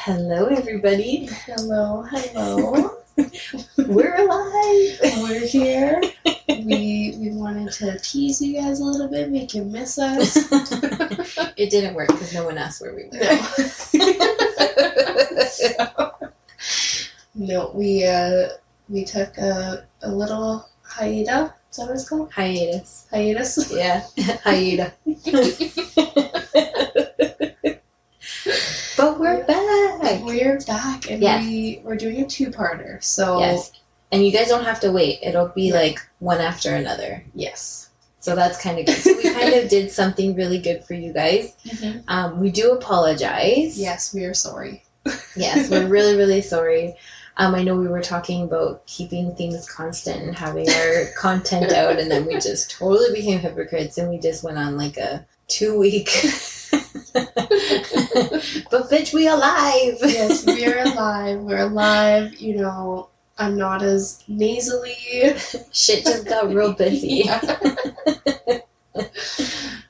Hello, everybody. Hello, hello. We're alive. We're here. We we wanted to tease you guys a little bit, make you miss us. It didn't work because no one asked where we were. No. No, we uh we took a a little hiatus. Is that what it's called? Hiatus. Hiatus. Yeah, hiatus. but we're back. We're back and Yes. we we're doing a two parter. So Yes. And you guys don't have to wait. It'll be Yeah. like one after another. yes. So that's kind of good. So we kind of did something really good for you guys. Um, we do apologize. Yes, we are sorry. Yes, we're really, really sorry. Um, I know we were talking about keeping things constant and having our content out, and then we just totally became hypocrites and we just went on like a two week. but bitch, we alive. yes, we're alive. We're alive. You know, I'm not as nasally. Shit just got real busy,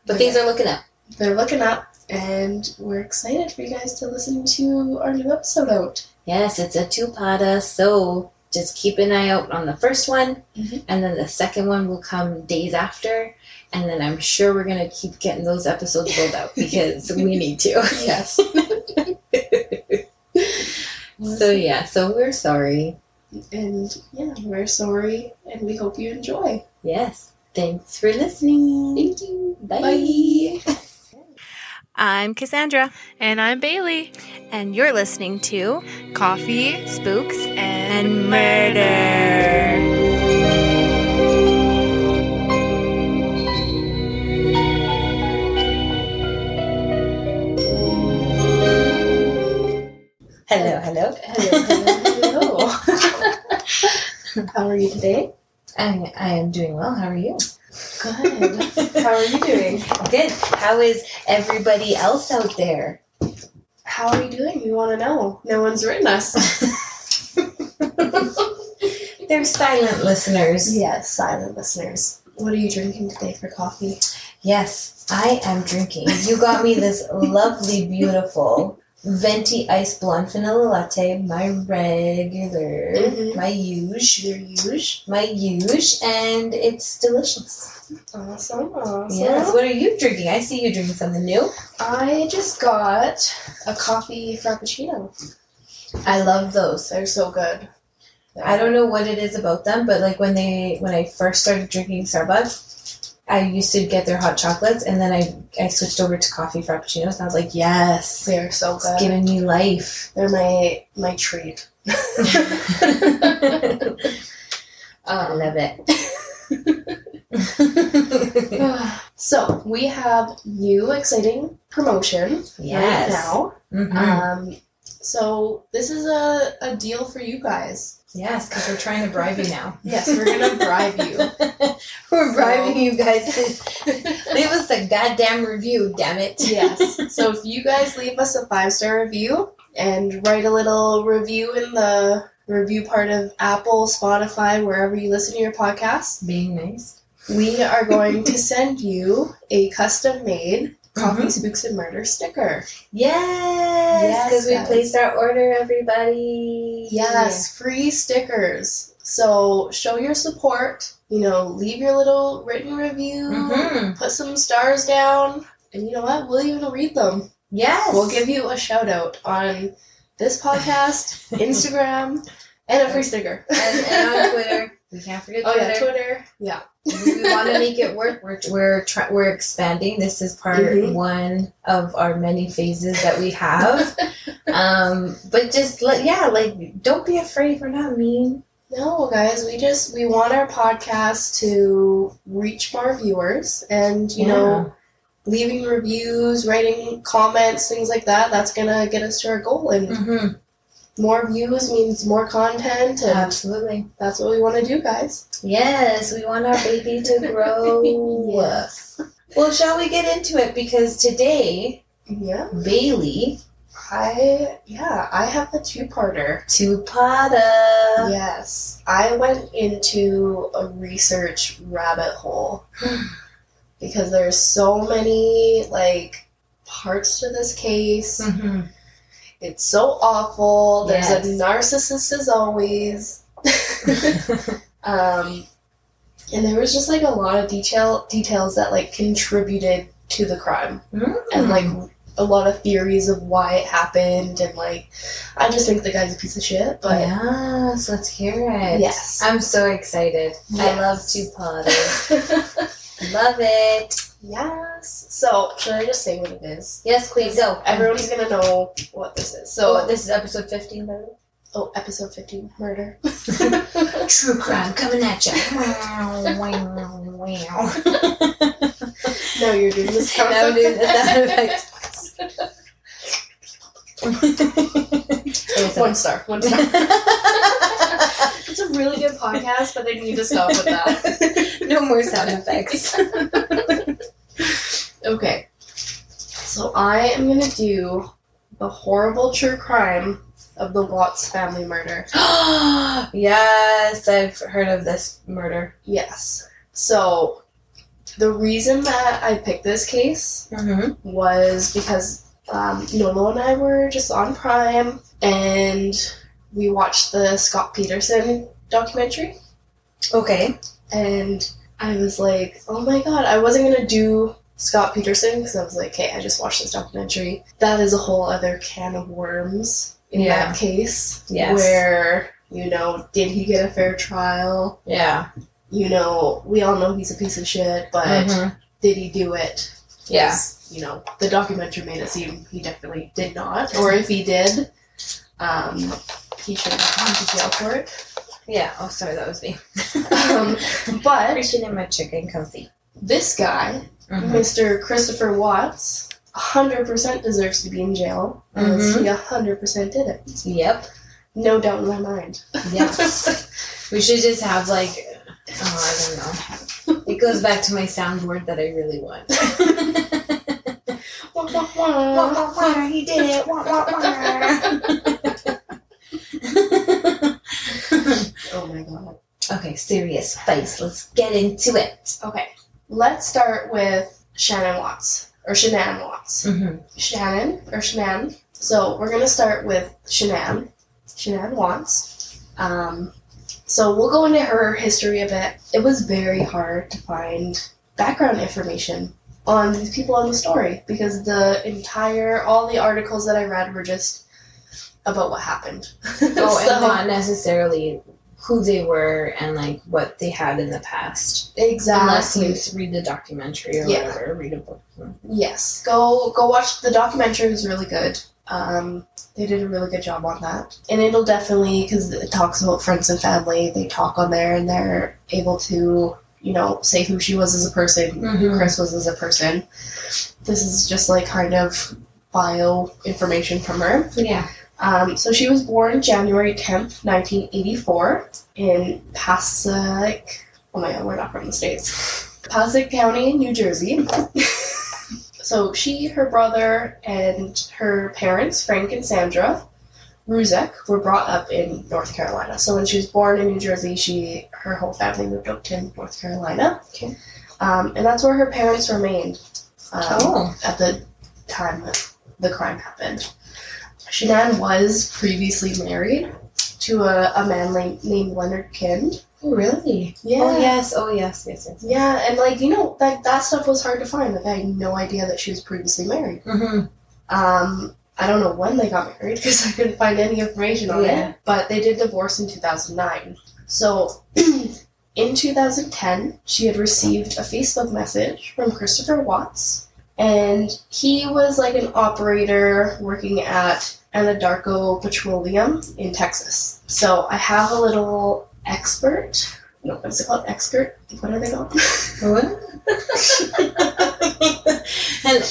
but things are looking up. They're looking up, and we're excited for you guys to listen to our new episode out. Yes, it's a two potter, so just keep an eye out on the first one, Mhm. and then the second one will come days after. And then I'm sure we're gonna keep getting those episodes rolled out because we need to. Yes. So yeah, so we're sorry. And yeah, we're sorry, and we hope you enjoy. Yes. Thanks for listening. Thank you. Bye. I'm Cassandra And I'm Bailey. and you're listening to Coffee Spooks and Murder. Hello, hello. Hello, hello, hello. How are you today? I, I am doing well. How are you? Good. How are you doing? Good. How is everybody else out there? How are you doing? We want to know. No one's written us. They're silent listeners. yes, silent listeners. What are you drinking today for coffee? Yes, I am drinking. You got me this lovely, beautiful venti ice blonde vanilla latte, my regular, Mhm. my usual. Your usual. my huge and it's delicious. Awesome, awesome. Yes. What are you drinking? I see you drinking something new. I just got a coffee frappuccino. I love those. They're so good. I don't know what it is about them, but like when they when I first started drinking Starbucks, I used to get their hot chocolates and then I I switched over to coffee frappuccinos and I was like, yes, They're so it's good. giving me life. They're my my treat. I Um, love it. so we have new exciting promotion right yes. now. Mhm. Um, so this is a, a deal for you guys. Yes, because we're trying to bribe you now. Yes, we're gonna bribe you. We're bribing So- you guys to Leave us a goddamn review, damn it. yes. So if you guys leave us a five star review and write a little review in the review part of Apple, Spotify, wherever you listen to your podcast, Being nice. we are going to send you a custom made Coffee Mhm. Spooks and Murder sticker. Yes, Yes, because we guys. placed our order, everybody. Yes, free stickers. So show your support. You know, leave your little written review, hmm put some stars down, and you know what? We'll even read them. Yes. We'll give you a shout out on this podcast, Instagram, and a free sticker. and, and on Twitter. We can't forget oh yeah, Twitter. Twitter. Yeah. we want to make it work. We're we're, try- we're expanding. This is part Mhm. one of our many phases that we have. um, but just let yeah, like don't be afraid. We're not mean. No, guys, we just we want our podcast to reach more viewers, and you know, leaving reviews, writing comments, things like that. That's gonna get us to our goal, and hmm more views means more content, and absolutely. that's what we want to do, guys. Yes, we want our baby to grow. Yes. Well, shall we get into it? Because today, Yeah, Bailey, I yeah, I have the two parter. to Pada. Yes, I went into a research rabbit hole because there's so many like parts to this case. Mhm. It's so awful. There's Yes. a narcissist as always. Mm-hmm. um, and there was just like a lot of detail details that like contributed to the crime and like a lot of theories of why it happened and like I just think the guy's a piece of shit, but yes, let's hear it. yes. I'm so excited. I love Yes. Tupac. love it. yes. So should I just say what it is? Yes, please go. Everyone's gonna know what this is. So So this is episode 15, by the way. oh episode fifteen, murder. True crime coming at you. wow. no, you're doing this. sound Now do the sound effect. One star. One star. it's a really good podcast, but they need to stop with that. no more sound effects. Okay. So I am gonna do the horrible true crime of the Watts family murder. yes, I've heard of this murder. Yes. So the reason that I picked this case Mm-hmm. was because um, Nola and I were just on Prime and we watched the Scott Peterson documentary. Okay. And I was like, oh my god, I wasn't going to do Scott Peterson because I was like, hey, I just watched this documentary. That is a whole other can of worms in Yeah. that case. Yes. Where, you know, did he get a fair trial? Yeah. You know, we all know he's a piece of shit, but Mhm. did he do it? Yeah. 'Cause, You know, the documentary made it seem he definitely did not, or if he did, um, he should have gone to jail for it. Yeah. Oh, sorry, that was me. Um, but Christian and my chicken cozy. this guy, Mhm. Mr. Christopher Watts, 100% deserves to be in jail, because he 100% did it. Yep. No doubt in my mind. Yeah. We should just have like, oh, I don't know. It goes back to my soundboard that I really want. Wah, wah, wah. he did it. oh my god. okay, serious face. Let's get into it. Okay, let's start with Shannon Watts, or Shannon Watts. Mm-hmm. Shannon or Shanann. So we're gonna start with Shanann. Shanann Watts. Um, so we'll go into her history a bit. It was very hard to find background information on these people in the story because the entire all the articles that I read were just about what happened. Oh, and So- not necessarily who they were and like what they had in the past, unless exactly. you read the documentary or Yeah. whatever, read a book. Yes, go go watch the documentary. was really good. Um, they did a really good job on that, and it'll definitely because it talks about friends and family. They talk on there, and they're able to you know say who she was as a person, who Mhm. Chris was as a person. This is just like kind of bio information from her. Yeah. Um, so she was born January tenth, nineteen eighty four, in Passaic. Oh my god, we're not from the states. Passaic County, New Jersey. so she, her brother, and her parents, Frank and Sandra Ruzek, were brought up in North Carolina. So when she was born in New Jersey, she her whole family moved up to North Carolina. Okay. Um, and that's where her parents remained. Um, Oh. at the time that the crime happened. Shanann was previously married to a, a man la- named Leonard Kind. Really? Yeah. Oh yes. Oh yes. Yes. Yes. Yeah, and like, you know, that, that stuff was hard to find. Like, I had no idea that she was previously married. Mm-hmm. Um, I don't know when they got married because I couldn't find any information on Yeah. it, but they did divorce in 2009. So, in 2010, she had received a Facebook message from Christopher Watts, and he was like an operator working at Anadarko Petroleum in Texas. So, I have a little expert. No, what's it called? Expert? What are they called? What? and a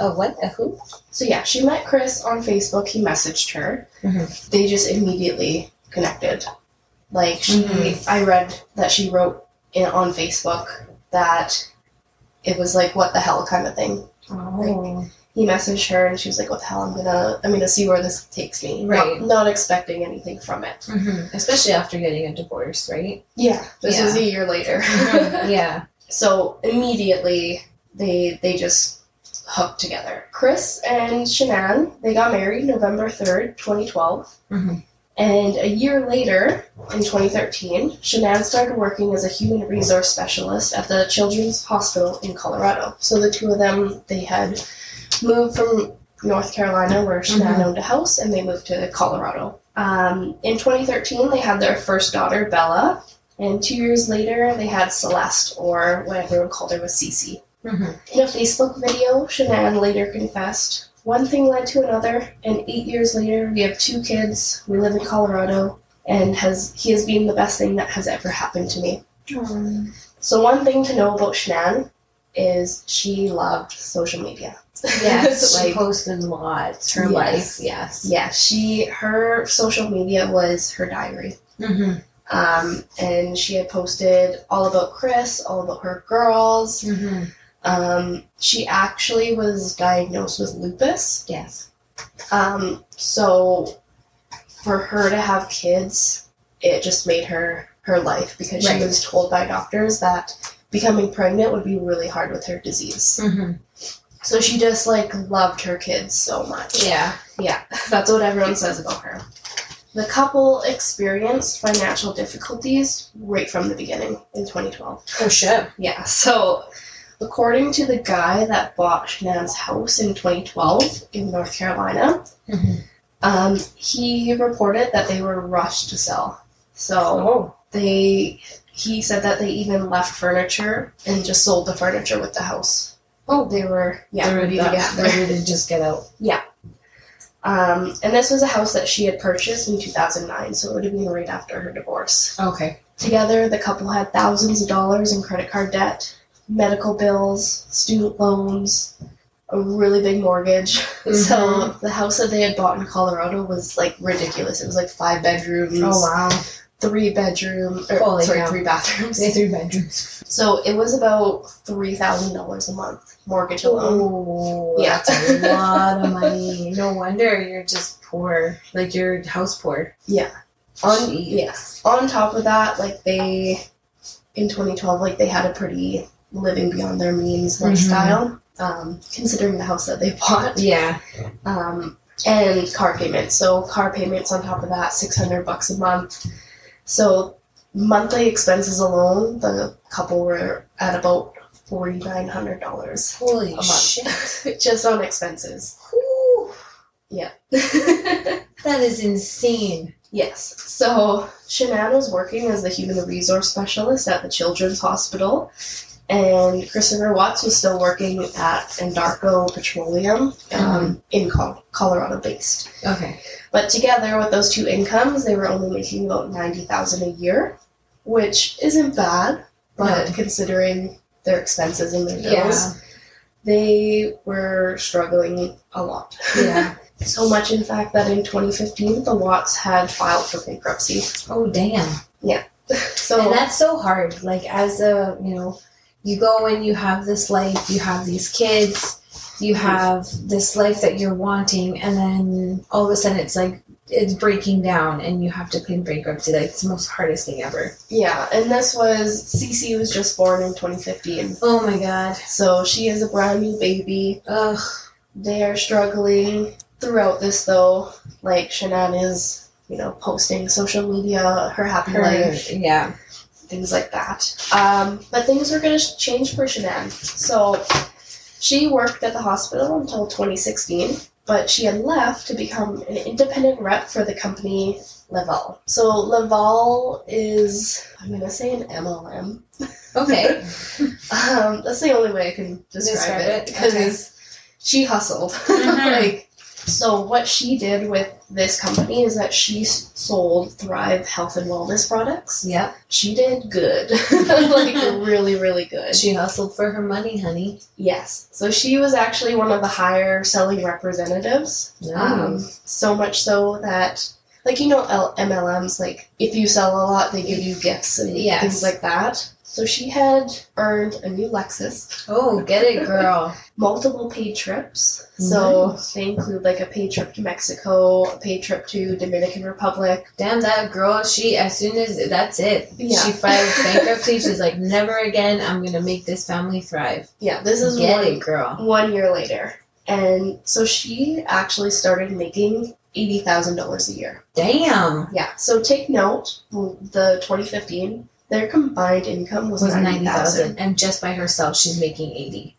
oh, what? A who? So yeah, she met Chris on Facebook. He messaged her. Mhm. They just immediately connected. Like she, Mhm. I read that she wrote in, on Facebook that it was like what the hell kind of thing. Oh. He messaged her and she was like, "What the hell? I'm gonna I'm gonna see where this takes me." Not- Right. Not, expecting anything from it. Mm-hmm. Especially after getting a divorce, right? Yeah. This Yeah. was a Mm-hmm. year later. yeah. so immediately they they just hooked together. Chris and Shanann, they got married November 3rd, 2012. Mhm. And a year later, in 2013, Shanann started working as a human resource specialist at the Children's Hospital in Colorado. So the two of them, they had moved from North Carolina, where Shanann Mhm. owned a house, and they moved to Colorado. Um, in 2013, they had their first daughter, Bella. And two years later, they had Celeste, or what everyone called her was Cece. Mhm. In a Facebook video, Shanann later confessed, one thing led to another, and eight years later, we have two kids, we live in Colorado, and has he has been the best thing that has ever happened to me. So one thing to know about Shanann is she loved social media. Yes, Like, she posted lots. Her Yes. life, yes. yeah, she her social media was her diary. Mm-hmm. Um, and she had posted all about Chris, all about her girls. Mm-hmm. Um, she actually was diagnosed with lupus. Yes. Um, so for her to have kids, it just made her her life because Right. she was told by doctors that becoming pregnant would be really hard with her disease. Mm-hmm. So she just like loved her kids so much. Yeah. Yeah, that's what everyone says about her. The couple experienced financial difficulties right from the beginning in 2012. Oh shit. Yeah, so according to the guy that bought Shanann's house in 2012 in North Carolina, Mm-hmm. um, he reported that they were rushed to sell. So Oh. they, he said that they even left furniture and just sold the furniture with the house. Oh, They were yeah They're ready to not- get there. Ready to just get out. Um, and this was a house that she had purchased in 2009, so it would have been right after her divorce. Okay. Together, the couple had thousands of dollars in credit card debt, medical bills, student loans, a really big mortgage. So the house that they had bought in Colorado was like ridiculous. It was like five bedrooms. Oh wow. three bedroom or Holy sorry, cow. three bathrooms. They three bedrooms. So it was about three thousand dollars a month mortgage alone. Oh, Yeah. that's a lot of money. No wonder you're just poor. Like you're house poor. Yeah. On Yes. On top of that, like they in twenty twelve, like they had a pretty living beyond their means Mhm. lifestyle. Um, considering the house that they bought. Yeah. Um, and car payments. So car payments on top of that, six hundred bucks a month. So monthly expenses alone, the couple were at about forty nine hundred dollars. Holy month. shit. just on expenses. Whew. yes. That is insane. So Shanann was working as the human resource specialist at the Children's Hospital, and Christopher Watts was still working at Andarco Petroleum Mm-hmm. um, in Col- Colorado based. Okay. But together with those two incomes, they were only making about ninety thousand a year, which isn't bad, but No. considering their expenses and their bills, they were struggling a lot. Yeah. So much, in fact, that in 2015, the Watts had filed for bankruptcy. oh damn. And So, that's so hard. Like as a you know, you go and you have this life, you have these kids, you have this life that you're wanting, and then all of a sudden it's like it's breaking down, and you have to claim bankruptcy. Like it's the most hardest thing ever. yeah, and this was Cece was just born in 2015. Oh my god. So, she is a brand new baby. Ugh. They are struggling throughout this, though. Like, Shanann is, you know, posting social media, her happy Her, life, yeah. things like that. Um, but things were going to change for Shanann. So, she worked at the hospital until 2016, but she had left to become an independent rep for the company Laval. So, Laval is, I'm going to say an MLM. Okay. Um, that's the only way I can describe, Describe it it, because okay. Mm-hmm. she hustled. Mhm. like, so what she did with this company is that she s- sold Thrive health and wellness products. yep. She did good, like really, really good. She hustled for her money, honey. Yes. So she was actually one of the higher selling representatives. Mm. Um, Nice. so much so that, like, you know, L- MLMs, like, if you sell a lot, they give you gifts and Yes. things like that. So she had earned a new Lexus, Oh, get it, girl. multiple paid trips. So they include like a paid trip to Mexico, a paid trip to Dominican Republic. Damn that girl. She as soon as that's it. Yeah. She filed bankruptcy. She's like, never again. I'm gonna make this family thrive. Yeah, this is get one it, girl. one year later. And so she actually started making eighty thousand dollars a year. Damn. Yeah. So take note, the twenty fifteen, their combined income was, Was ninety ninety thousand. thousand, and just by herself, she's making eighty.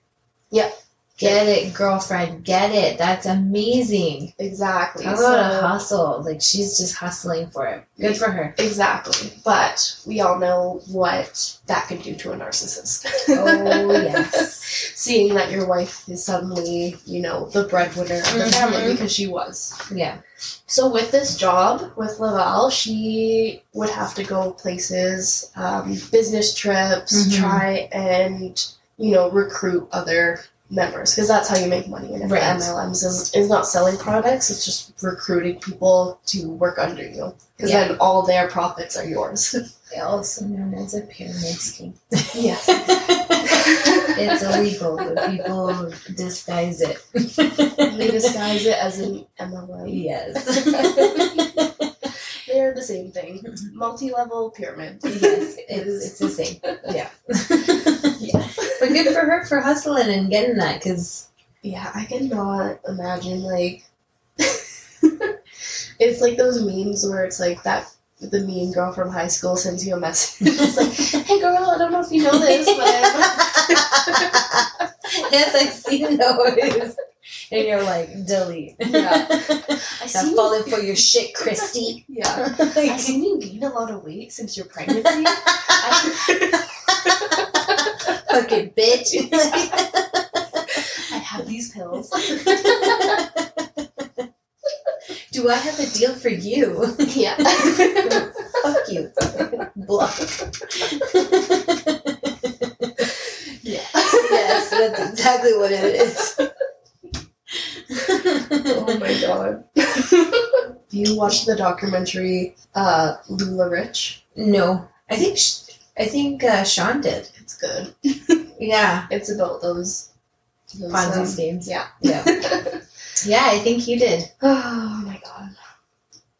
Yeah. Get it, girlfriend. Get it. That's amazing. Exactly. How so, about a hustle? Like she's just hustling for it. Good for her. Exactly. But we all know what that can do to a narcissist. Oh yes. Seeing that your wife is suddenly, you know, the breadwinner of the Mhm. family because she was. Yeah. So with this job with Laval, she would have to go places, um, business trips, Mhm. try and you know recruit other members because that's how you make money in Right. MLMs is, is not selling products; it's just recruiting people to work under you because Yeah. then all their profits are yours. Also known as a pyramid scheme. yes. It's illegal, but people disguise it. They disguise it as an MLM. yes. They're the same thing. Multi-level pyramid. Mm-hmm. yes, It it's, it's is. the same. Yeah. but good for her for hustling and getting that because Yeah, I cannot imagine like it's like those memes where it's like that the mean girl from high school sends you a message. It's like, hey girl, I don't know if you know this, but I'm-" yes, I've seen those. And you're like, delete. Yeah. I Not see falling for your shit, Christy. yeah. I've Like- seen you gain a lot of weight since your pregnancy. I, fucking bitch. I have these pills. Do I have a deal for you? Yeah. Fuck you. Block. yeah. yes, that's exactly what it is. Oh my god. Do you watch the documentary uh, Lula Rich? no, I think sh- I think uh, Sean did. It's good. Yeah, It's about those. those Ponzi um, schemes. yeah. yeah, yeah. I think he did. Oh my god.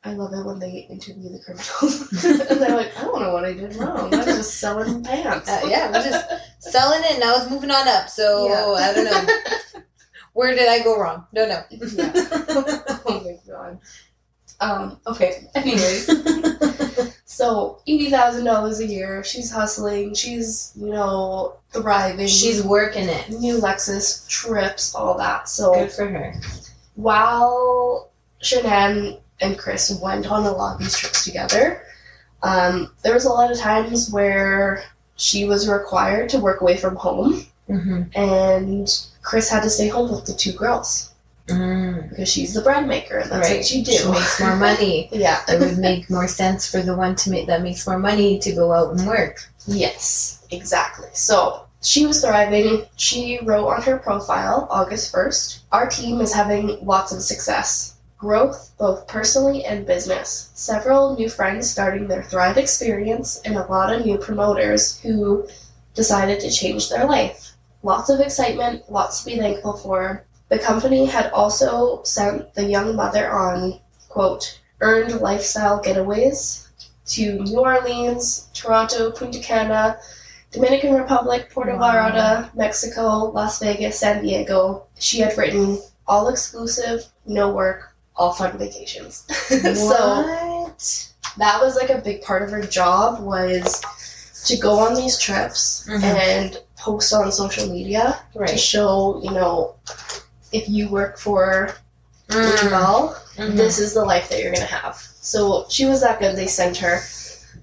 I love it when they interview the criminals. and they're like, I don't know what I did wrong. I was just selling pants. Uh, yeah, we're just selling it, and I was moving on up. So Yeah. I don't know. Where did I go wrong? Don't know. Yeah. Oh my god. Um, okay. Anyways. so eighty thousand dollars a year. She's hustling, she's, you know, thriving. She's working it. new Lexus, trips, all that. Good So for her. while Shanann and Chris went on a lot of these trips together, um, there was a lot of times where she was required to work away from home, Mm-hmm. and Chris had to stay home with the two girls Mm, because she's the bread maker, and that's right. what she do. She makes more money. yeah. it would make more sense for the one to make that makes more money to go out and work. Yes. Exactly. So. She was thriving. She wrote on her profile August 1st Our team is having lots of success. growth both personally and business, several new friends starting their Thrive experience, and a lot of new promoters who decided to change their life. Lots of excitement, lots to be thankful for. The company had also sent the young mother on, quote, earned lifestyle getaways to New Orleans, Toronto, Punta Cana, Dominican Republic, Puerto Wow. Vallarta, Mexico, Las Vegas, San Diego. She had written all exclusive, no work, all fun vacations. so what? that was like a big part of her job was to go on these trips Mhm. and post on social media to Right. show, you know, if you work for Mm. Laval, Mm-hmm. this is the life that you're gonna have. So she was that good. They sent her,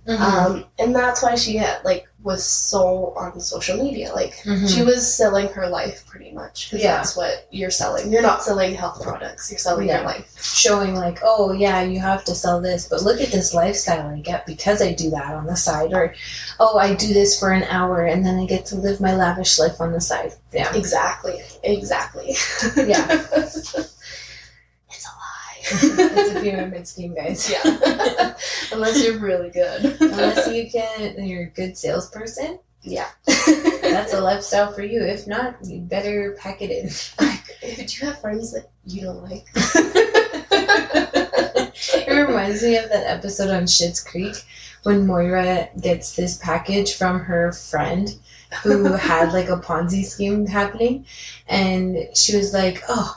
mm-hmm. um, and that's why she had, like was so on social media. Like she was selling her life pretty much. 'cause Mm-hmm. Yeah. that's what you're selling. You're not selling health products. You're selling Yeah. your life. showing like, oh yeah, you have to sell this, but look at this lifestyle I get because I do that on the side, or oh, I do this for an hour and then I get to live my lavish life on the side. Yeah, Exactly. Exactly. yeah, It's a lie. it's a pyramid scheme, guys. yeah. Unless you're really good. Unless you can, you're a good salesperson. Yeah, That's that's a lifestyle for you. If not, you better pack it in. Do you have friends that you don't like? it reminds me of that episode on Schitt's Creek when Moira gets this package from her friend who had like a Ponzi scheme happening, and she was like, "Oh."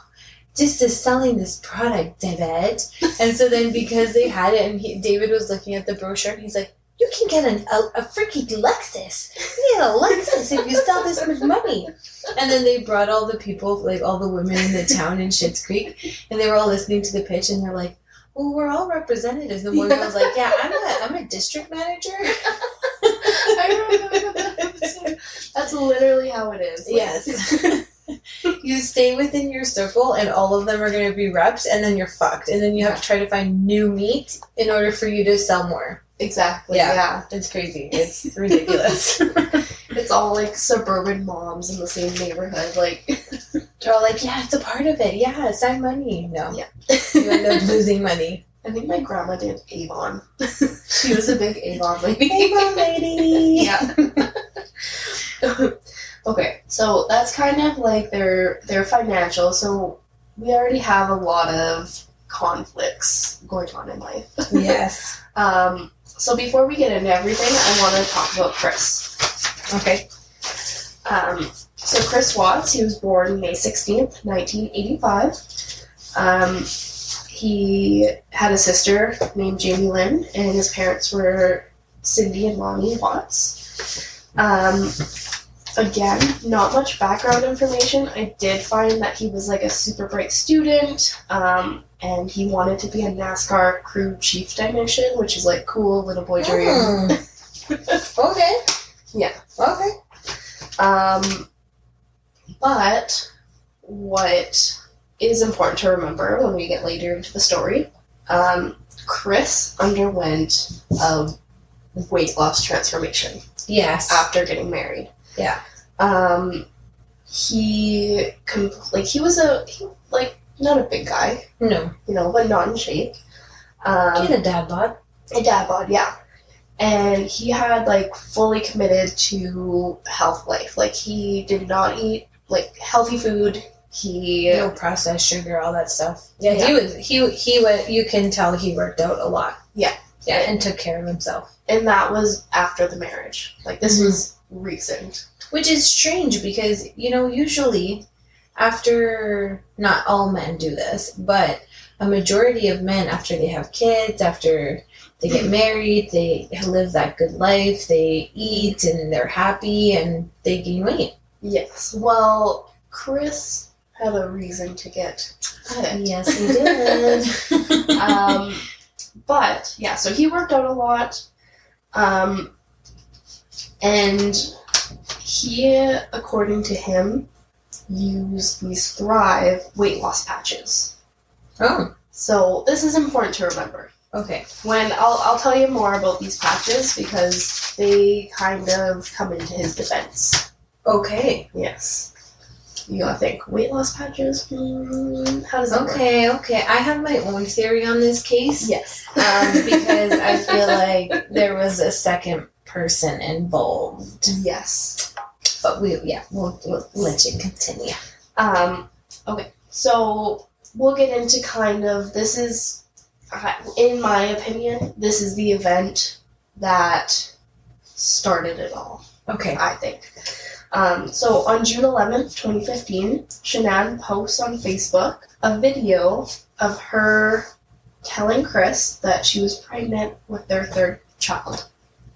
Just is selling this product, David. And so then, because they had it, and he, David was looking at the brochure, and he's like, "You can get an, a, a freaking Lexus. You get a Lexus if you sell this much money." And then they brought all the people, like all the women in the town in Schitt's Creek, and they were all listening to the pitch, and they're like well, we're all representatives. And one girl's like, yeah, I'm a, I'm a district manager. I remember that episode. That's literally how it is. Like, yes. you stay within your circle, and all of them are going to be reps, and then you're fucked. And then you have to try to find new meat in order for you to sell more. Exactly. Yeah. yeah. It's crazy. It's ridiculous. It's all like suburban moms in the same neighborhood. Like, They're all like, yeah, it's a part of it. Yeah, sign money. No, you end I up losing money. think my grandma did Avon. she was a big Avon lady. Hey, mom, lady. yeah. okay, so that's kind of like their their financial. So we already have a lot of conflicts going on in life. Yes. Um, so before we get into everything, I want to talk about Chris. Okay. Um, so Chris Watts, he was born May sixteenth, nineteen eighty five. Um, he had a sister named Jamie Lynn, and his parents were Cindy and Lonnie Watts. Um, again, not much background information. I did find that he was like a super bright student, um, and he wanted to be a NASCAR crew chief technician, which is like cool little boy dream. Oh. Hmm. okay. Yeah. Okay. Um, but what is important to remember when we get later into the story, um, Chris underwent a weight loss transformation Yes. after getting married. Yeah. Um, he com- like he was a he, like not a big guy, no. you know, but not in shape. Um, Get a dad bod. a dad bod, yeah. And he had like fully committed to health life. Like he did not eat like healthy food. He no processed sugar, all that stuff. Yeah, Yeah. he was he he went. You can tell he worked out a lot. Yeah. yeah, and took care of himself, and that was after the marriage. Like this Mhm. was recent. which is strange because you know usually after not all men do this, but a majority of men after they have kids after. They get married, they live that good life, they eat and they're happy and they gain weight. Yes. Well, Chris had a reason to get fit. Yes, he did. um, but yeah, so he worked out a lot, um, and he, according to him, used these Thrive weight loss patches. oh, So this is important to remember. okay. When I'll I'll tell you more about these patches because they kind of come into his defense. Okay. Yes. You gotta think weight loss patches. Hmm, how does that work? Okay, okay. I have my own theory on this case. Yes. um, because I feel like there was a second person involved. yes. But we, yeah, we'll, we'll let you continue. Um, okay, so we'll get into kind of this is, I- in my opinion, this is the event that started it all, Okay. I think. Um, so on June 11th, 2015, Shanann posts on Facebook a video of her telling Chris that she was pregnant with their third child.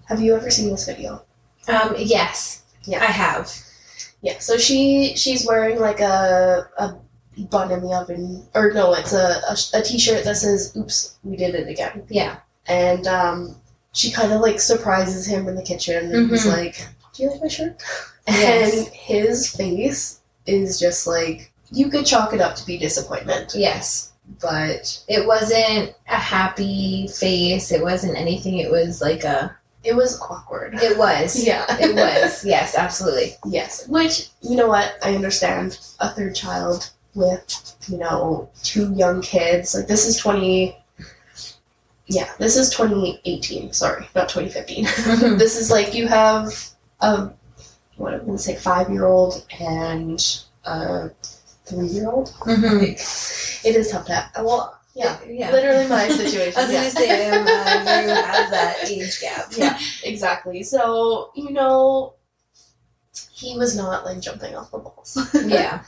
Have you ever seen this video? Um, yes. Yeah. I have. Yeah, so she she's wearing like a a bun in the oven, or no, it's a a, sh- a t-shirt that says "Oops, we did it again," Yeah. and um, she kind of like surprises him in the kitchen and he's Mhm. like, "Do you like my shirt?" Yes. And his face is just like you could chalk it up to be disappointment, Yes. but It wasn't a happy face. It wasn't anything. It was like a. it was awkward. It was. Yeah, It was. Yes, absolutely. Yes, which you know what I understand. A third child with you know two young kids. Like this is twenty. Mm-hmm. Yeah, this is twenty eighteen. Sorry, not twenty fifteen. this is like you have a what I'm gonna say five year old and a three year old. Mm-hmm. It is tough to well yeah. yeah. Literally my I situation. was yeah. gonna say um, uh, you have that age gap. yeah, exactly. So, you know, he was not like jumping off the walls. Yeah.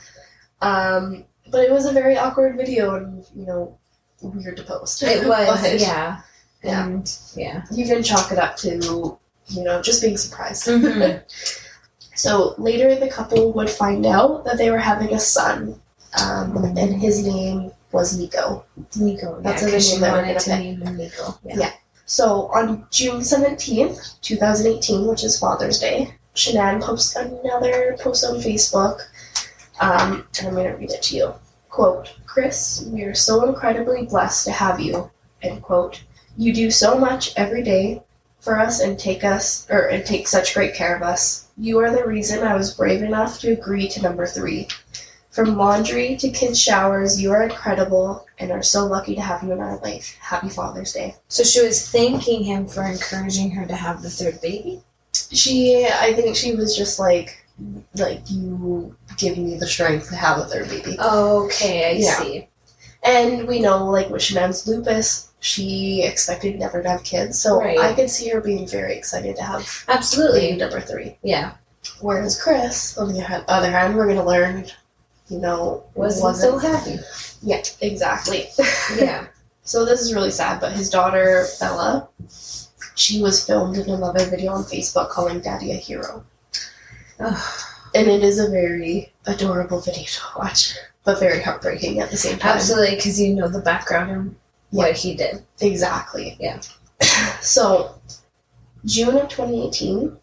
Um, but it was a very awkward video and, you know, weird to post. It was. But yeah. Yeah. And yeah. You can chalk it up to, you know, just being surprised. Mhm. so later the couple would find out that they were having a son. Um, and his name was Nico. Nico. That's yeah, the 'cause she name that we're wanted gonna to pick. name him Nico. Yeah. Yeah. So on June 17th, 2018, which is Father's Day, Shanann posts another post on Facebook, um, and I'm going to read it to you. Quote, Chris, we are so incredibly blessed to have you. End quote. You do so much every day for us and take us, or and take such great care of us. You are the reason I was brave enough to agree to number three. From laundry to kids' showers, you are incredible and are so lucky to have you in our life. Happy Father's Day. So she was thanking him for encouraging her to have the third baby. She, I think she was just like, like you give me the strength to have a third baby. Okay, I Yeah. see. And we know, like with Shanann's lupus, she expected never to have kids, so Right. I could see her being very excited to have baby Absolutely. number three. Yeah. Whereas Chris, on the ha- other hand, we're gonna learn, you know, Wasn't, so happy. yeah, exactly. Yeah. So this is really sad, but his daughter Bella, she was filmed in another video on Facebook calling Daddy a hero. Ugh. And it is a very adorable video to watch, but very heartbreaking at the same time. Absolutely, because you know the background and what he did. Exactly. Yeah. so, June of 2018,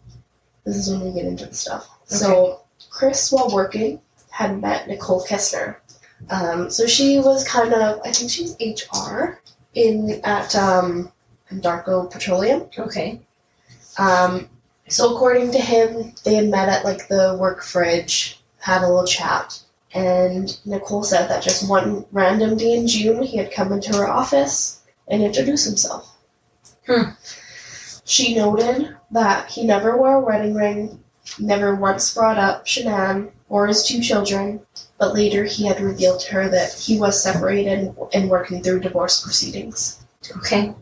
this is when we get into the stuff. So, Chris, while working, had met Nicole Kessner. Um, so she was kind of, I think she was HR in at um, Darko Petroleum. Okay. Um, so according to him, they had met at like the work fridge, had a little chat, and Nicole said that just one random day in June, he had come into her office and introduced himself. Hmm. She noted that he never wore a wedding ring, never once brought up Shanann or his two children, but later he had revealed to her that he was separated and working through divorce proceedings. Okay.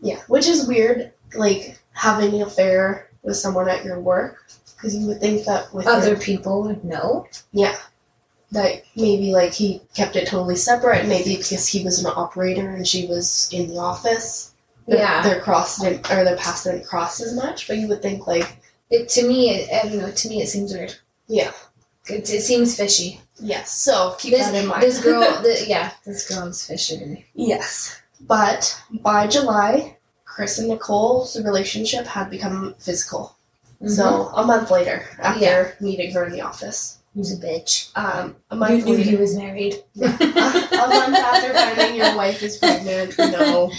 Yeah, which is weird, like having an affair with someone at your work, because you would think that with Other your- people would know. that maybe like he kept it totally separate, maybe because he was an operator and she was in the office. their- Yeah. their cross didn't or their paths didn't cross as much, but you would think like It to me, it, I don't know. To me, it seems weird. yeah, It, it seems fishy. yes. So keep this, that in mind. This girl, the, yeah, this girl is fishy to me. Yes. But by July, Chris and Nicole's relationship had become physical. Mhm. So a month later, after Yeah. meeting her in the office, he's a bitch. um, a You month knew later, he was married. a month after finding your wife is pregnant, no.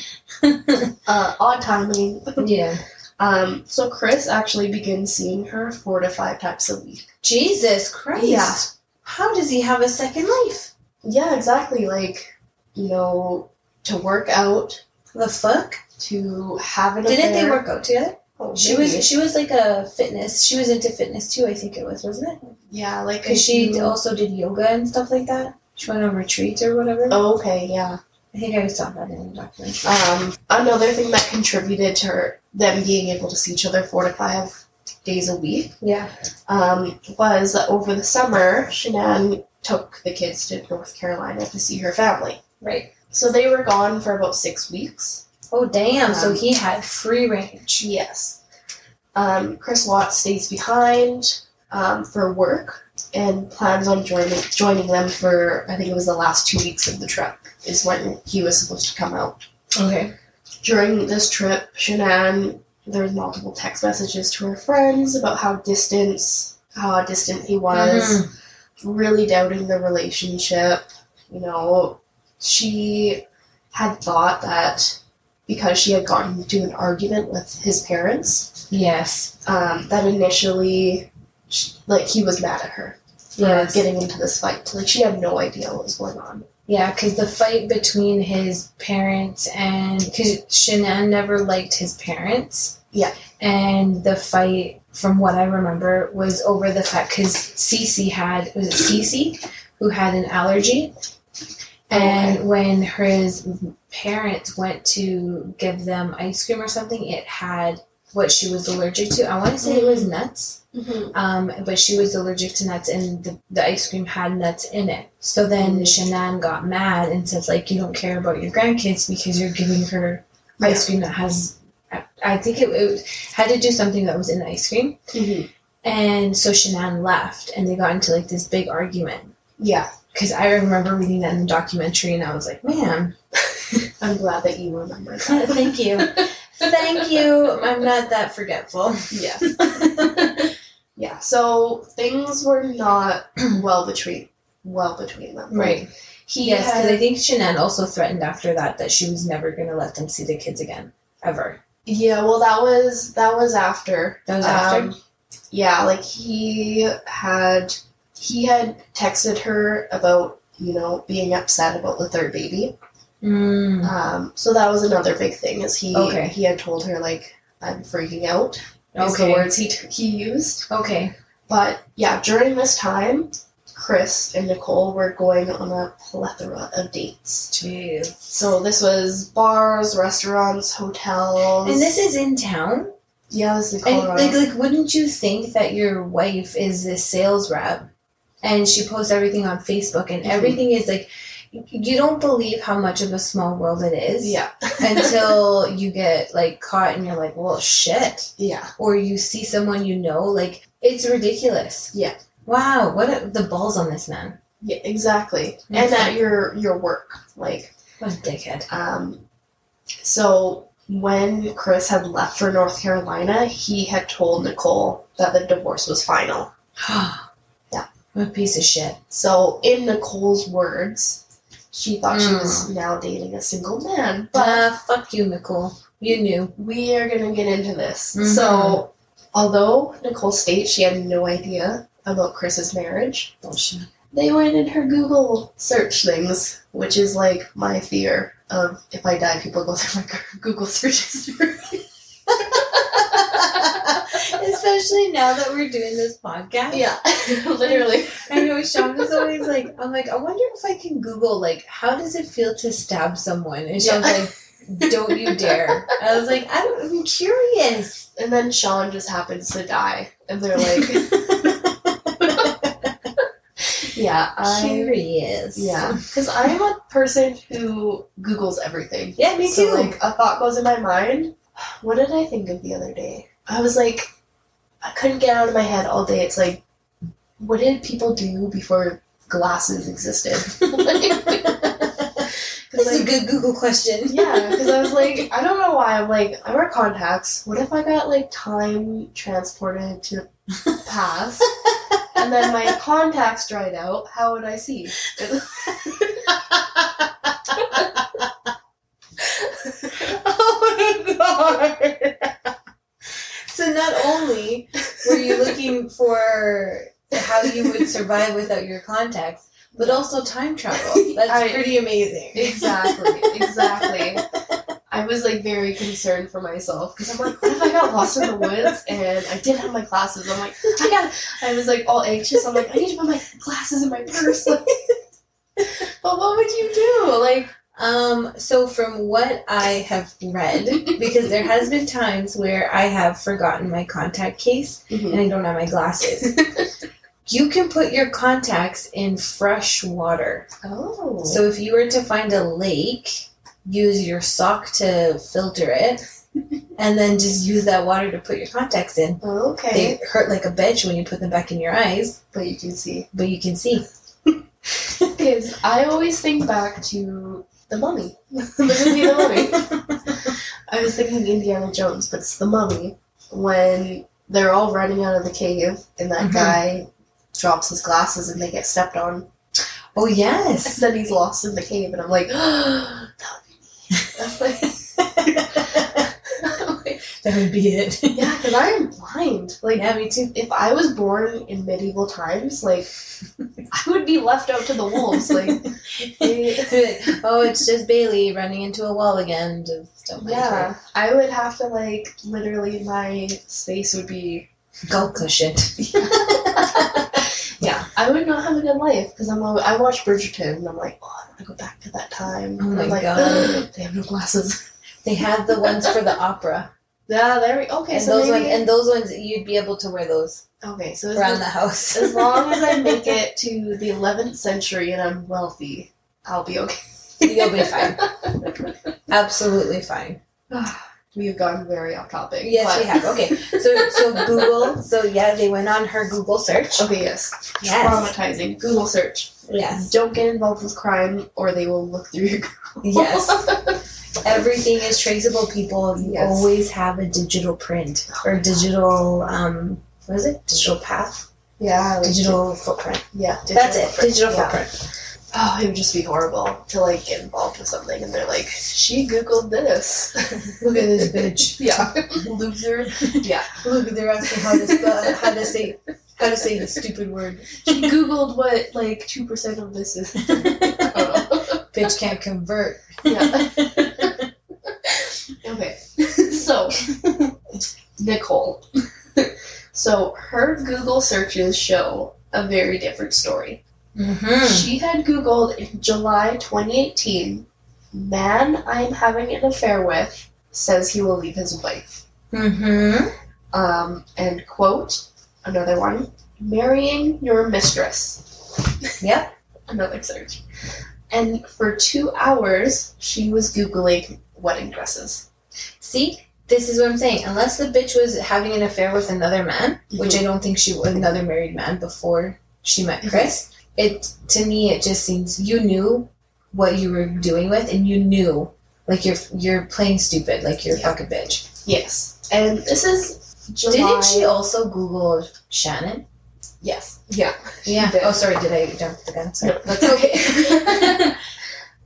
Uh, odd timing. yeah. Um, so Chris actually begins seeing her four to five times a week. Jesus Christ. Yeah. How does he have a second life? Yeah, exactly. Like, you know, to work out, The fuck? to have an Didn't affair. they work out together? Oh, She maybe. was she was like a fitness. She was into fitness too. I think it was, wasn't it? Yeah, like mm-hmm. Because she you- also did yoga and stuff like that. She went on retreats or whatever. Oh, okay, yeah. I think I saw that in the documentary. Um, another thing that contributed to her, them being able to see each other four to five days a week Yeah. um, was that over the summer, Shanann took the kids to North Carolina to see her family. Right. So they were gone for about six weeks. Oh damn! so Um, he had free range. Yes. Um, Chris Watts stays behind um, for work and plans on joining joining them for I think it was the last two weeks of the trip is when he was supposed to come out. Okay. During this trip, Shanann there was multiple text messages to her friends about how distance how distant he Mm-hmm. was. really doubting the relationship. You know, she had thought that because she had gotten into an argument with his parents, Yes. um, that initially, sh like, he was mad at her for Yes. getting into this fight. Like, she had no idea what was going on. Yeah, because the fight between his parents and because Shanann never liked his parents. Yeah. And the fight from what I remember, was over the fact because Cece had was it Cece who had an allergy, and when his parents went to give them ice cream or something, it had what she was allergic to. I want to say it was nuts Mm-hmm. um, but she was allergic to nuts and the, the ice cream had nuts in it. So then Shanann got mad and said, like, you don't care about your grandkids because you're giving her ice cream that has, I, I think it, it had to do something that was in the ice cream. Mm-hmm. And so Shanann left and they got into like this big argument. Yeah, Because I remember reading that in the documentary and I was like, man, I'm glad that you remember that. thank you. Thank you. I'm not that forgetful. yes. Yeah. So things were not well between well between them. Like, right. He Yes, had- because I think Shanann also threatened after that that she was never going to let them see the kids again, ever. Yeah, well, that was that was after. Um, That was after? yeah, like he had he had texted her about you know being upset about the third baby. Mm. Um, so that was another big thing is he Okay. he had told her like I'm freaking out. Is the Okay. words he t- he used. Okay. But yeah, during this time, Chris and Nicole were going on a plethora of dates. Jeez. So this was bars, restaurants, hotels. And this is in town. yeah, this is And Colorado. like, like, wouldn't you think that your wife is this sales rep, and she posts everything on Facebook, and Mhm. everything is like, you don't believe how much of a small world it is yeah, until you get like caught, and you're like, well, shit. yeah. or you see someone you know, like it's ridiculous. Yeah. Wow, what a, the balls on this man. Yeah, exactly. Mhm. And at your your work, like What a dickhead. um, so when Chris had left for North Carolina, he had told Nicole that the divorce was final. Yeah. What a piece of shit. So in Nicole's words, she thought she Mm. was now dating a single man, but. But fuck you, Nicole. You knew. we are going to get into this. Mhm. So, although Nicole states she had no idea about Chris's marriage, Bullshit. they went in her Google search things, which is like my fear of if I die, people go through my Google search history. Especially now that we're doing this podcast. yeah, literally. I know Sean is always like, I'm like, I wonder if I can Google, like, how does it feel to stab someone? And Sean's Yeah. like, don't you dare. I was like, I don't, I'm curious. And then Sean just happens to die, and they're like, yeah, I. curious. Yeah, because I'm a person who Googles everything. Yeah, me so too. like a thought goes in my mind. What did I think of the other day? I was like, I couldn't get it out of my head all day. It's like, what did people do before glasses existed? This Because is a good Google question. yeah, because I was like, I don't know why. I'm like, I wear contacts. What if I got like time transported to the past, and then my contacts dried out? How would I see? Oh my god! so not only were you looking for how you would survive without your contacts, but also time travel. That's I- pretty amazing. Exactly, exactly. I was like very concerned for myself because I'm like, what if I got lost in the woods and I did have my glasses? I'm like, I got. I was like all anxious. I'm like, I need to put my glasses in my purse. Like, but what would you do? Like, Um, so from what I have read, because there has been times where I have forgotten my contact case Mm-hmm. and I don't have my glasses. You can put your contacts in fresh water. oh, So if you were to find a lake, use your sock to filter it, and then just use that water to put your contacts in. okay, They hurt like a bitch when you put them back in your eyes, but you can see but you can see. because I always think back to the mummy, the movie The Mummy. I was thinking Indiana Jones, but it's the mummy when they're all running out of the cave and that Mhm. guy drops his glasses and they get stepped on. Oh And yes. then he's lost in the cave, and I'm like, that would be me. I'm like, That would be it. yeah, because I am blind. Like, yeah, me too. if I was born in medieval times, like, I would be left out to the wolves. Like, they- oh, it's just Bailey running into a wall again. Just don't mind her. Yeah, I would have to like literally my space would be Go cushion. yeah, I would not have a good life because I'm. Always, I watch Bridgerton and I'm like, oh, I want to go back to that time. Oh And my I'm like, God. they have no glasses. They have the ones for the opera. Yeah, there we. Okay, and so those maybe, ones, and those ones, you'd be able to wear those okay, so as, around the the, house. as long as I make it to the 11th century and I'm wealthy, I'll be okay. You'll be fine. Absolutely fine. we have gone very off topic. Yes, but- we have. Okay, so so Google. So yeah, they went on her Google search. Okay, yes. Yes. Traumatizing. Google search. Yes, Don't get involved with crime or they will look through your Google. yes. Everything is traceable. People you Yes. always have a digital print or digital. Um, what is it? Digital path. yeah. like- Digital footprint. Yeah. Digital That's it. footprint. Digital Yeah. footprint. Oh, it would just be horrible to like get involved with something and they're like, she googled this. Look at this bitch. yeah, loser. Yeah, Look at the rest of how to spell, how to say how to say the stupid word. she googled what like two percent of this is. Bitch Oh, can't convert. yeah. Okay. so Nicole. so her Google searches show a very different story. Mm-hmm. She had googled in July 2018, man I'm having an affair with says he will leave his wife. Mm-hmm. Um, and quote, another one, marrying your mistress. Yep. Another search. And for two hours, she was Googling wedding dresses. See, this is what I'm saying. Unless the bitch was having an affair with another man, Mm-hmm. which I don't think she was another married man before she met Mhm. Chris. It to me, it just seems you knew what you were doing with, and you knew like you're you're playing stupid, like you're a Yeah. fucking bitch. Yes. And this is July. Didn't she also Google Shannon? Yes. Yeah. Yeah. did. Oh, sorry. Did I jump the gun? Sorry. No, that's okay.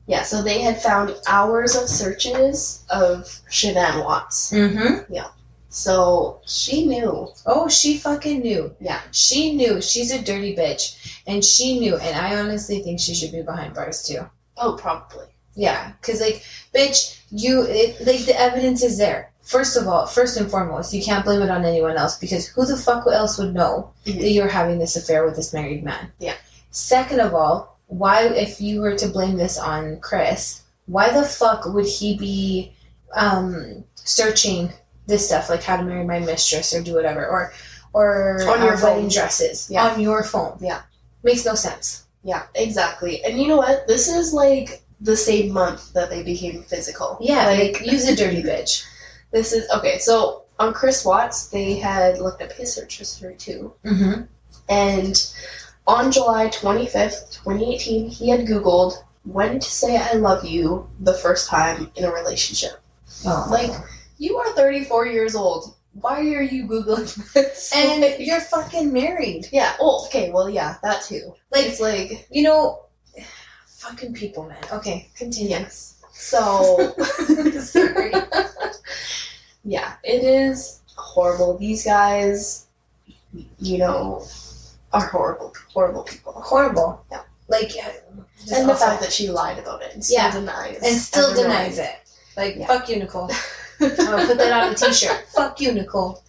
yeah, so they had found hours of searches of Shanann Watts. Mm-hmm. So she knew. Oh, she fucking knew. Yeah. She knew. She's a dirty bitch, and she knew. And I honestly think she should be behind bars too. Oh, probably. Yeah, because like, bitch, you it, like the evidence is there. First of all, first and foremost, you can't blame it on anyone else because who the fuck else would know Mhm. that you're having this affair with this married man? Yeah. Second of all, why, if you were to blame this on Chris, why the fuck would he be um, searching this stuff like how to marry my mistress or do whatever or or On uh, your phone. wedding dresses Yeah. on your phone? Yeah. makes no sense. Yeah, exactly. And you know what? This is like the same month that they became physical. Yeah, like, like use a dirty bitch. this is okay. So on Chris Watts, they had looked up his search history too, Mm-hmm. and on July twenty fifth, twenty eighteen, he had Googled when to say I love you the first time in a relationship. Oh. Like, you are thirty four years old. Why are you googling this? and you're fucking married. yeah, oh, okay, well, yeah, that too. Like It's like you know, fucking people, man. Okay, continue. yes. So Sorry. Yeah, it is horrible. These guys, you know, are horrible, horrible people. Horrible. Yeah. Like yeah, just and the awful. fact that she lied about it and still Yeah, denies. and still everyone. denies it. Like Yeah. fuck you, Nicole. I'm gonna put that on a T-shirt. fuck you, Nicole.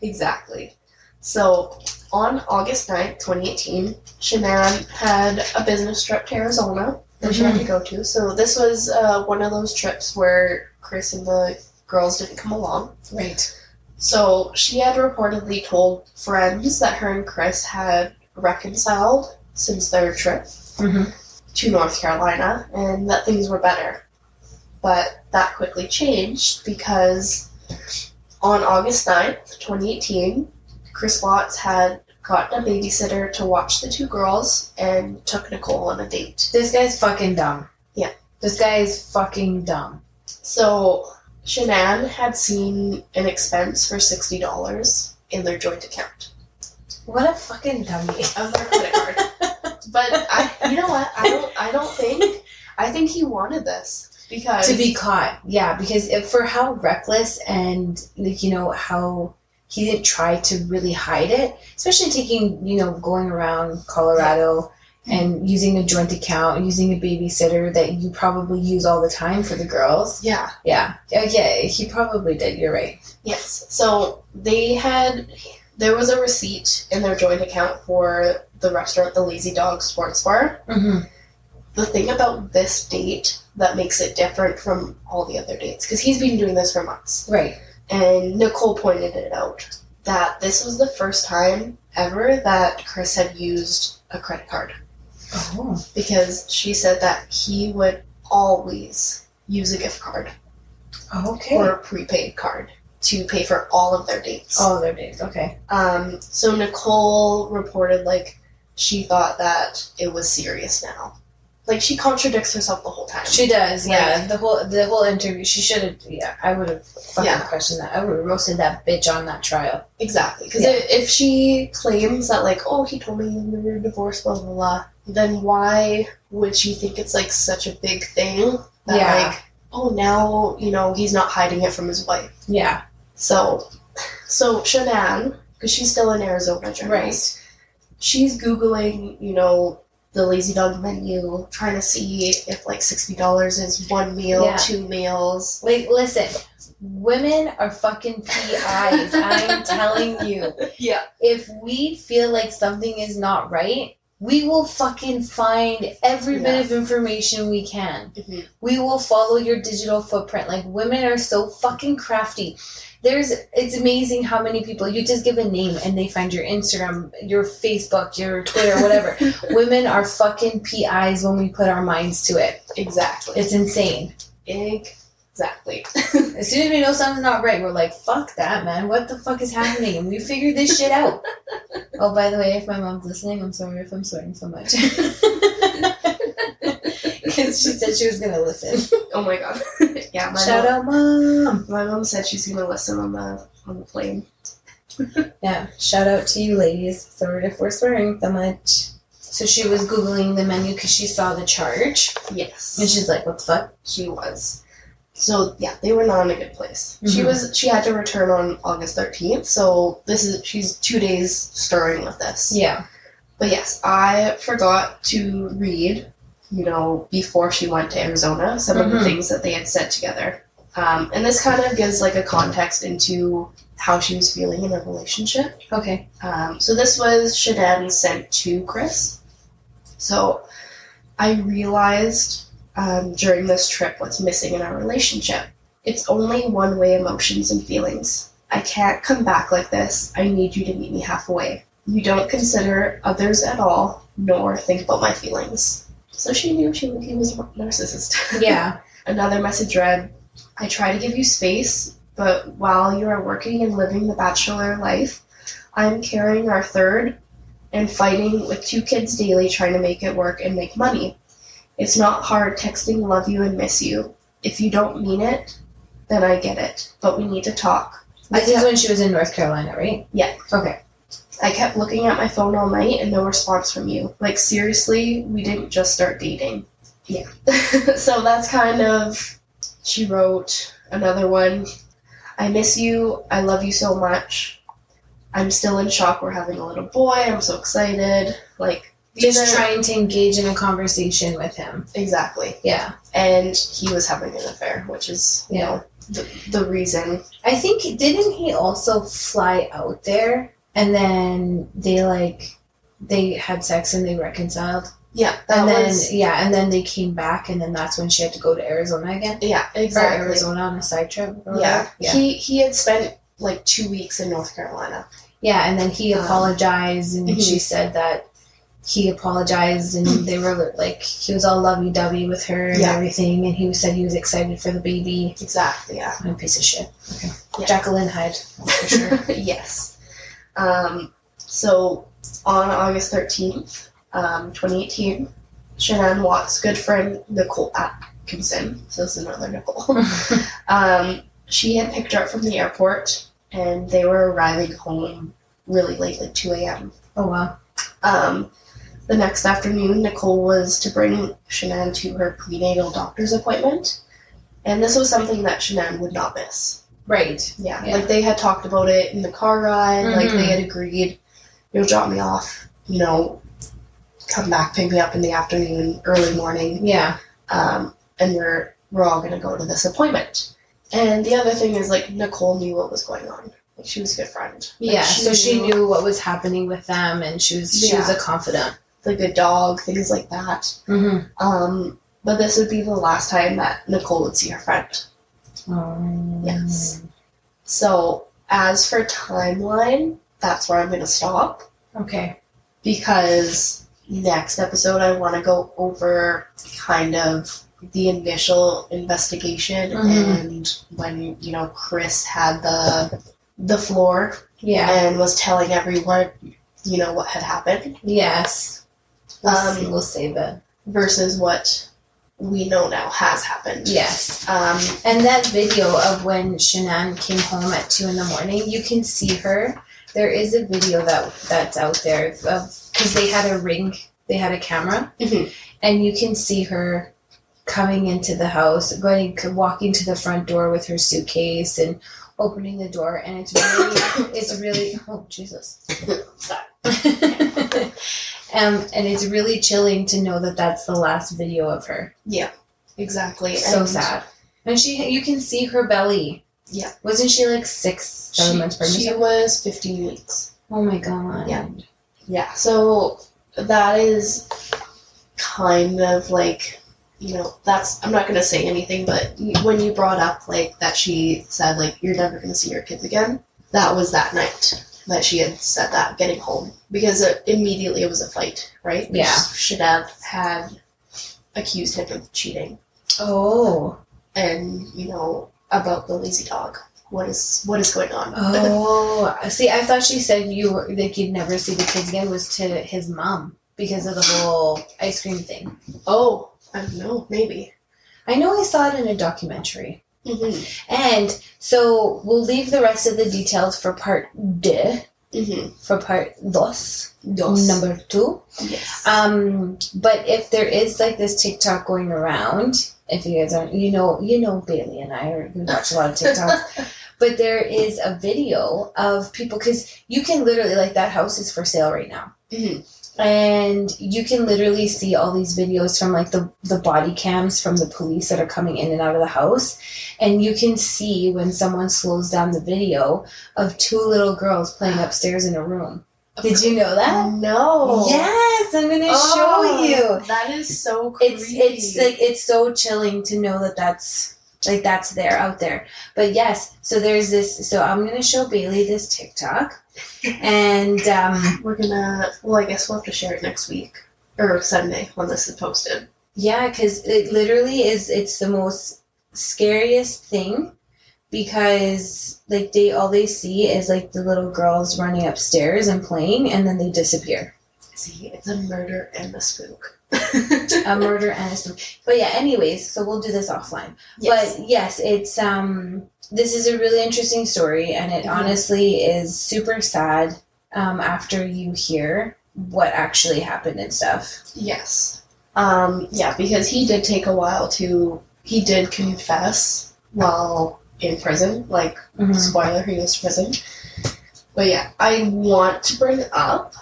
Exactly. So, on August 9th, 2018, Shanann had a business trip to Arizona that she Mm-hmm. had to go to. So, this was uh, one of those trips where Chris and the girls didn't come along. Right. So she had reportedly told friends that her and Chris had reconciled since their trip Mm-hmm. Mhm. to North Carolina and that things were better. But that quickly changed because on August 9th, 2018, Chris Watts had gotten a babysitter to watch the two girls and took Nicole on a date. This guy's fucking dumb. Yeah. This guy is fucking dumb. So Shanann had seen an expense for $60 in their joint account. What a fucking dummy. of their credit card. but I, you know what? I don't. I don't think. I think he wanted this because to be caught yeah because if, for how reckless and like you know how he didn't try to really hide it especially taking you know going around colorado and using a joint account using a babysitter that you probably use all the time for the girls Oh, Yeah. yeah yeah, yeah he probably did you're right Yes. So they had there was a receipt in their joint account for the restaurant, the Lazy Dog Sports Bar. Mm-hmm. The thing about this date that makes it different from all the other dates, because he's been doing this for months, Right. and Nicole pointed it out that this was the first time ever that Chris had used a credit card Oh. because she said that he would always use a gift card oh, Okay. or a prepaid card to pay for all of their dates. All their days. Okay. Um, so Nicole reported like she thought that it was serious now. Like she contradicts herself the whole time. She does. Yeah. Yeah. The whole the whole interview. She should have. Yeah. I would have fucking Yeah. questioned that. I would have roasted that bitch on that trial. exactly because Yeah. if she claims that like oh he told me we were divorced blah blah blah then why would she think it's like such a big thing that Yeah. like oh now you know he's not hiding it from his wife. Yeah. So, so Shanann, because she's still in Arizona, journalist, she's googling, you know, the Lazy Dog menu, trying to see if like sixty dollars is one meal, Yeah. two meals. Like, listen. Women are fucking PIs. I'm telling you. Yeah, if we feel like something is not right, we will fucking find every bit of information we can. Mhm. We will follow your digital footprint. Like women are so fucking crafty. There's it's amazing how many people you just give a name and they find your Instagram, your Facebook, your Twitter, whatever. women are fucking PIs when we put our minds to it. exactly, It's insane. exactly. As soon as we know something's not right, we're like, fuck that, man. What the fuck is happening? And we figured this shit out. oh, by the way, if my mom's listening, I'm sorry if I'm swearing so much. Because she said she was going to listen. oh my god, yeah. My Shout mom, out, mom. my mom said she's gonna listen on the on the plane. Yeah, shout out to you ladies. Sorry if we're swearing so much. So she was Googling the menu because she saw the charge. Yes, And she's like, what the fuck? she was. So yeah, they were not in a good place. She Mhm. was she had to return on August thirteenth, so this is she's two days stirring with this. Yeah. But yes, I forgot to read, you know, before she went to Arizona, some of Mhm. the things that they had said together. Um, and this kind of gives like a context into how she was feeling in the relationship. Okay. Um, so this was Shadan sent to Chris. So I realized um, during this trip what's missing in our relationship. It's only one way emotions and feelings. I can't come back like this. I need you to meet me halfway. You don't consider others at all, nor think about my feelings. So she knew she he was a narcissist. Yeah. Another message read, I try to give you space, but while you are working and living the bachelor life, I'm carrying our third and fighting with two kids daily trying to make it work and make money. It's not hard texting love you and miss you. If you don't mean it, then I get it, but we need to talk. I This is kept, when she was in North Carolina, right? Yeah. Okay. I kept looking at my phone all night and no response from you. Like, seriously, we didn't just start dating. Yeah. so that's kind of. She wrote another one. I miss you. I love you so much. I'm still in shock. We're having a little boy. I'm so excited. Like, these Just are- trying to engage in a conversation with him. Exactly. Yeah. And he was having an affair, which is, you know, the, the reason. I think didn't he also fly out there and then they like they had sex and they reconciled Yeah, that and then was. yeah and then they came back and then that's when she had to go to Arizona again Yeah, or exactly. Arizona on a side trip or Yeah. whatever. yeah He, he had spent like two weeks in North Carolina. yeah and then he Um, apologized and mhm. she said that he apologized and they were like he was all lovey dovey with her and Yeah. everything and he said he was excited for the baby Exactly, yeah. I'm a piece of shit okay Yeah. Jacqueline Hyde that's for sure yes. Um, so on August 13th, um, 2018, Shannon Watt's good friend Nicole Atkinson, so this is another Nicole, um, she had picked her up from the airport and they were arriving home really late, like 2 a.m. oh wow Um, the next afternoon, Nicole was to bring Shannon to her prenatal doctor's appointment, and this was something that Shannon would not miss. right Yeah, Yeah. like they had talked about it in the car ride. Like Mhm. they had agreed, you'll drop me off, you know, come back, pick me up in the afternoon, early morning, yeah um, and we're we're all gonna go to this appointment. And the other thing is like Nicole knew what was going on. Like she was a good friend. Yeah, Like, so she knew what was happening with them, and she was she was Yeah. a confidant. the good dog, things like that. Mm-hmm. Um, but this would be the last time that Nicole would see her friend. Yes. So as for timeline, that's where I'm gonna stop Okay. because next episode I want to go over kind of the initial investigation Mhm. and when you know Chris had the the floor Yeah. and was telling everyone you know what had happened Yes. We'll, Um, see- we'll save it. versus what we know now has happened. Yes. Um, And that video of when Shanann came home at two in the morning, you can see her. There is a video that that's out there of because they had a ring, they had a camera, Mhm. and you can see her coming into the house, going walking to the front door with her suitcase and opening the door, and it's really, it's really, oh Jesus. um, and it's really chilling to know that that's the last video of her exactly. so and sad. And she, you can see her belly. Yeah. Wasn't she like six, seven She, months pregnant? she was 15 weeks. oh my god. Yeah. Yeah, so that is kind of like, you know, that's, I'm not going to say anything, but y- when you brought up, like, that she said, like, you're never going to see your kids again, that was that night that she had said that getting home. Because it, immediately it was a fight, right? Yeah. Should have had accused him of cheating Oh. and, you know, about the lazy dog. What is what is going on? Oh. see, I thought she said you were like you'd never see the kids again was to his mom because of the whole ice cream thing. oh, I don't know, maybe. I know I saw it in a documentary. Mm-hmm. And so we'll leave the rest of the details for part de, Mm-hmm. for part dos, Dos. number two. Yes. Um, but if there is like this TikTok going around, if you guys aren't, you know, you know, Bailey and I are, we watch a lot of TikToks. but there is a video of people because you can literally like that house is for sale right now, Mhm. and you can literally see all these videos from like the the body cams from the police that are coming in and out of the house, and you can see when someone slows down the video of two little girls playing upstairs in a room. Did you know Oh, that? No. Oh, Yes, I'm gonna show you. That is so creepy. It's it's like it's so chilling to know that that's like that's there out there. But yes, so there's this. So I'm gonna show Bailey this TikTok, and um, we're gonna. Well, I guess we'll have to share it next week or Sunday when this is posted. yeah, because it literally is. It's the most scariest thing because like they all they see is like the little girls running upstairs and playing, and then they disappear. See, it's a murder and a spook. a murder and a spook. But yeah, anyways, so we'll do this offline. Yes. But yes, it's um this is a really interesting story and it Mhm. honestly is super sad um after you hear what actually happened and stuff. yes. Um. Yeah, because he did take a while to. He did confess while in prison. Like spoiler, he goes to prison. But yeah, I want to bring up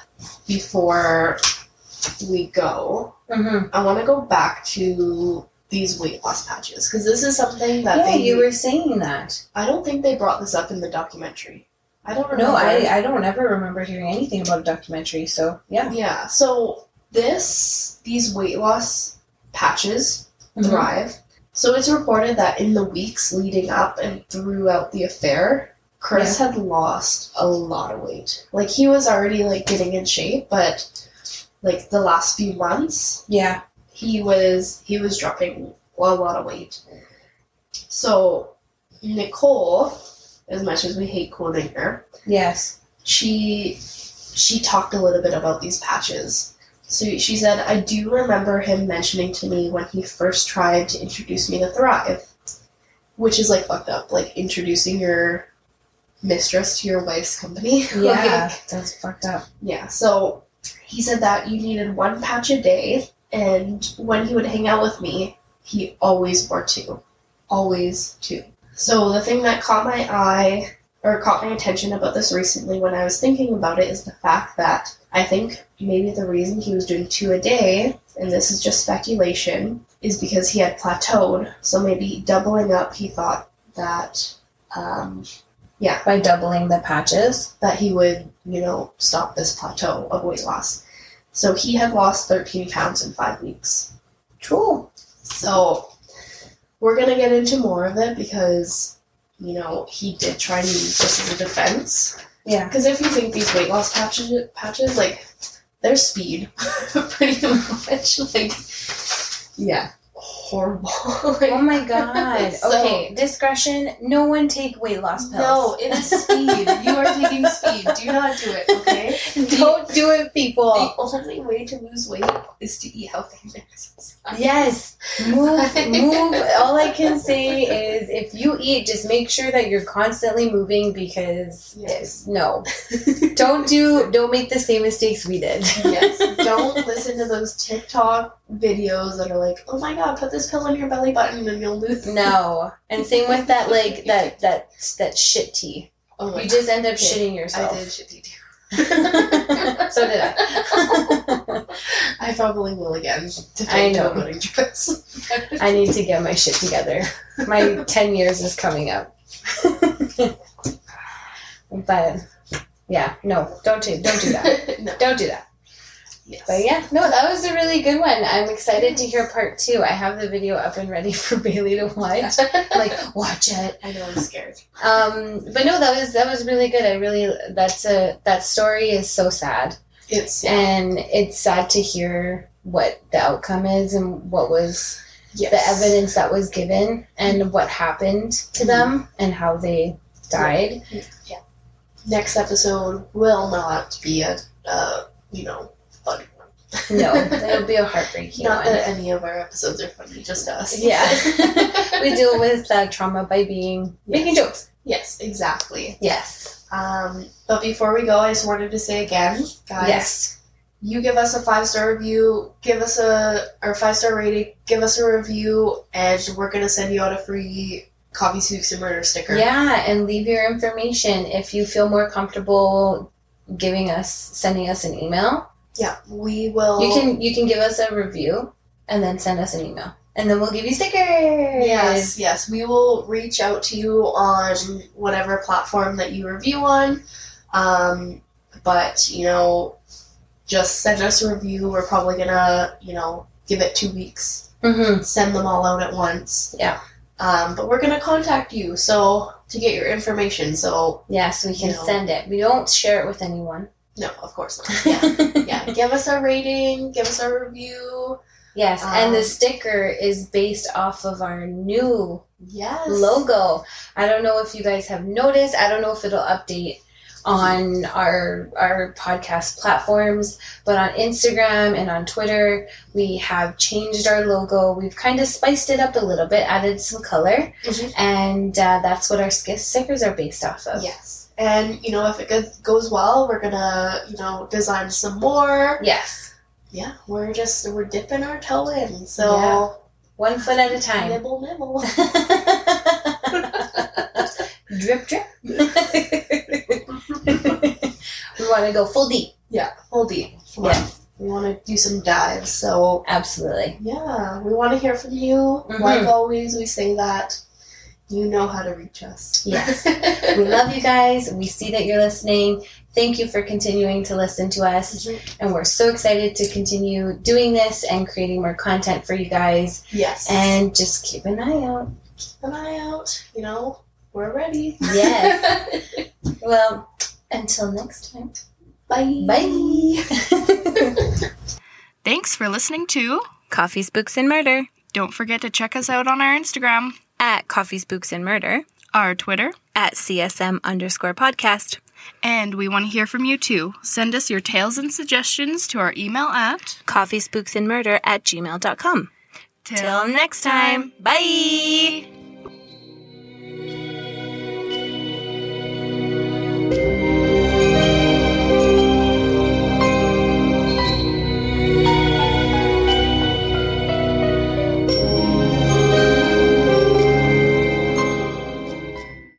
before we go Mm-hmm. I want to go back to these weight loss patches because this is something that Yeah, they. you were saying that. I don't think they brought this up in the documentary. I don't remember. No, I, I don't ever remember hearing anything about a documentary, so yeah. Yeah. So this these weight loss patches Mm-hmm. thrive. So it's reported that in the weeks leading up and throughout the affair, Chris had lost a lot of weight. Like he was already like getting in shape, but like the last few months, Yeah. he was he was dropping a lot of weight. So Nicole, as much as we hate quoting her, Yes. she she talked a little bit about these patches. So she said, I do remember him mentioning to me when he first tried to introduce me to Thrive, which is like fucked up, like introducing your mistress to your wife's company. Like, Yeah. That's fucked up. yeah, so he said that you needed one patch a day, and when he would hang out with me, he always wore two. Always two. So the thing that caught my eye or caught my attention about this recently when I was thinking about it is the fact that I think maybe the reason he was doing two a day, and this is just speculation, is because he had plateaued. So maybe doubling up, he thought that um, Yeah. by doubling the patches. that he would, you know, stop this plateau of weight loss. So he had lost 13 pounds in five weeks. Cool. So we're going to get into more of it because, you know, he did try and use this as a defense. Yeah. Because if you think these weight loss patches, patches like, they're speed, pretty much. Like, yeah, horrible. Oh Like, my god. So- okay, discretion. No one take weight loss no, pills. it is speed. You are taking speed. Do not do it, okay? Don't do it, people. The only way to lose weight is to eat healthy and exercise. Yes. Move, move. All I can say is if you eat, just make sure that you're constantly moving because Yes. no. Don't do don't make the same mistakes we did. yes. Don't listen to those TikTok videos that are like, oh my god, put this pill in your belly button and you'll lose. No. And same with that like that that that shit tea. Oh my You just end up Okay, shitting god. yourself. I did shitty too. so did I. I probably will again. I know. depending on what dress. I need to get my shit together. My 10 years is coming up. but yeah, no, don't do, don't do that. no. Don't do that. Yes. But yeah, no, that was a really good one. I'm excited to hear part two. I have the video up and ready for Bailey to watch. Like, watch it. I know I'm scared. Um, but no, that was that was really good. I really that's a that story is so sad, It's and it's sad to hear what the outcome is and what was the yes. evidence that was given and what happened to them and how they died. Next episode will not be a uh, you know funny one. No, it'll be a heartbreaking Not one. that any of our episodes are funny, just us. Yeah. we deal with uh, trauma by being making jokes. yes, exactly. Yes. Um, but before we go, I just wanted to say again, guys, Yes. you give us a five star review, give us a or five star rating, give us a review, and we're gonna send you out a free coffee soups and murder sticker. Yeah, and leave your information if you feel more comfortable giving us sending us an email. Yeah, we will. You can you can give us a review and then send us an email. And then we'll give you stickers. Yes, yes, we will reach out to you on whatever platform that you review on. Um, but you know, just send us a review. We're probably gonna, you know, give it two weeks hmm send them all out at once. Yeah. Um, but we're gonna contact you so to get your information. So Yes, we can No. send it. We don't share it with anyone. no, of course not. Yeah, yeah. Give us a rating. Give us a review. Yes, and the Um, sticker is based off of our new Yes. logo. I don't know if you guys have noticed. I don't know if it'll update on our our podcast platforms, but on Instagram and on Twitter, we have changed our logo. We've kind of spiced it up a little bit, added some color, Mhm. and uh, that's what our sk- stickers are based off of. Yes. And you know, if it goes- goes well, we're gonna you know design some more. Yes, Yeah, we're just we're dipping our toe in. So Yeah. one foot at a time. Nibble, nibble. drip, drip. we want to go full deep. yeah, full deep. Come on. Yeah, We want to do some dives. So absolutely. Yeah, we want to hear from you. Mm-hmm. Like always, we say that you know how to reach us. Yes. We love you guys. We see that you're listening. Thank you for continuing to listen to us. And we're so excited to continue doing this and creating more content for you guys. yes. And just keep an eye out. keep an eye out. You know, we're ready. Yes. Well, until next time. Bye. Bye. Thanks for listening to Coffee Spooks and Murder Don't forget to check us out on our Instagram, at Coffee Spooks and Murder our Twitter, at CSM underscore podcast and we want to hear from you too. Send us your tales and suggestions to our email at coffeespooksandmurder at gmail.com. Till next time, bye.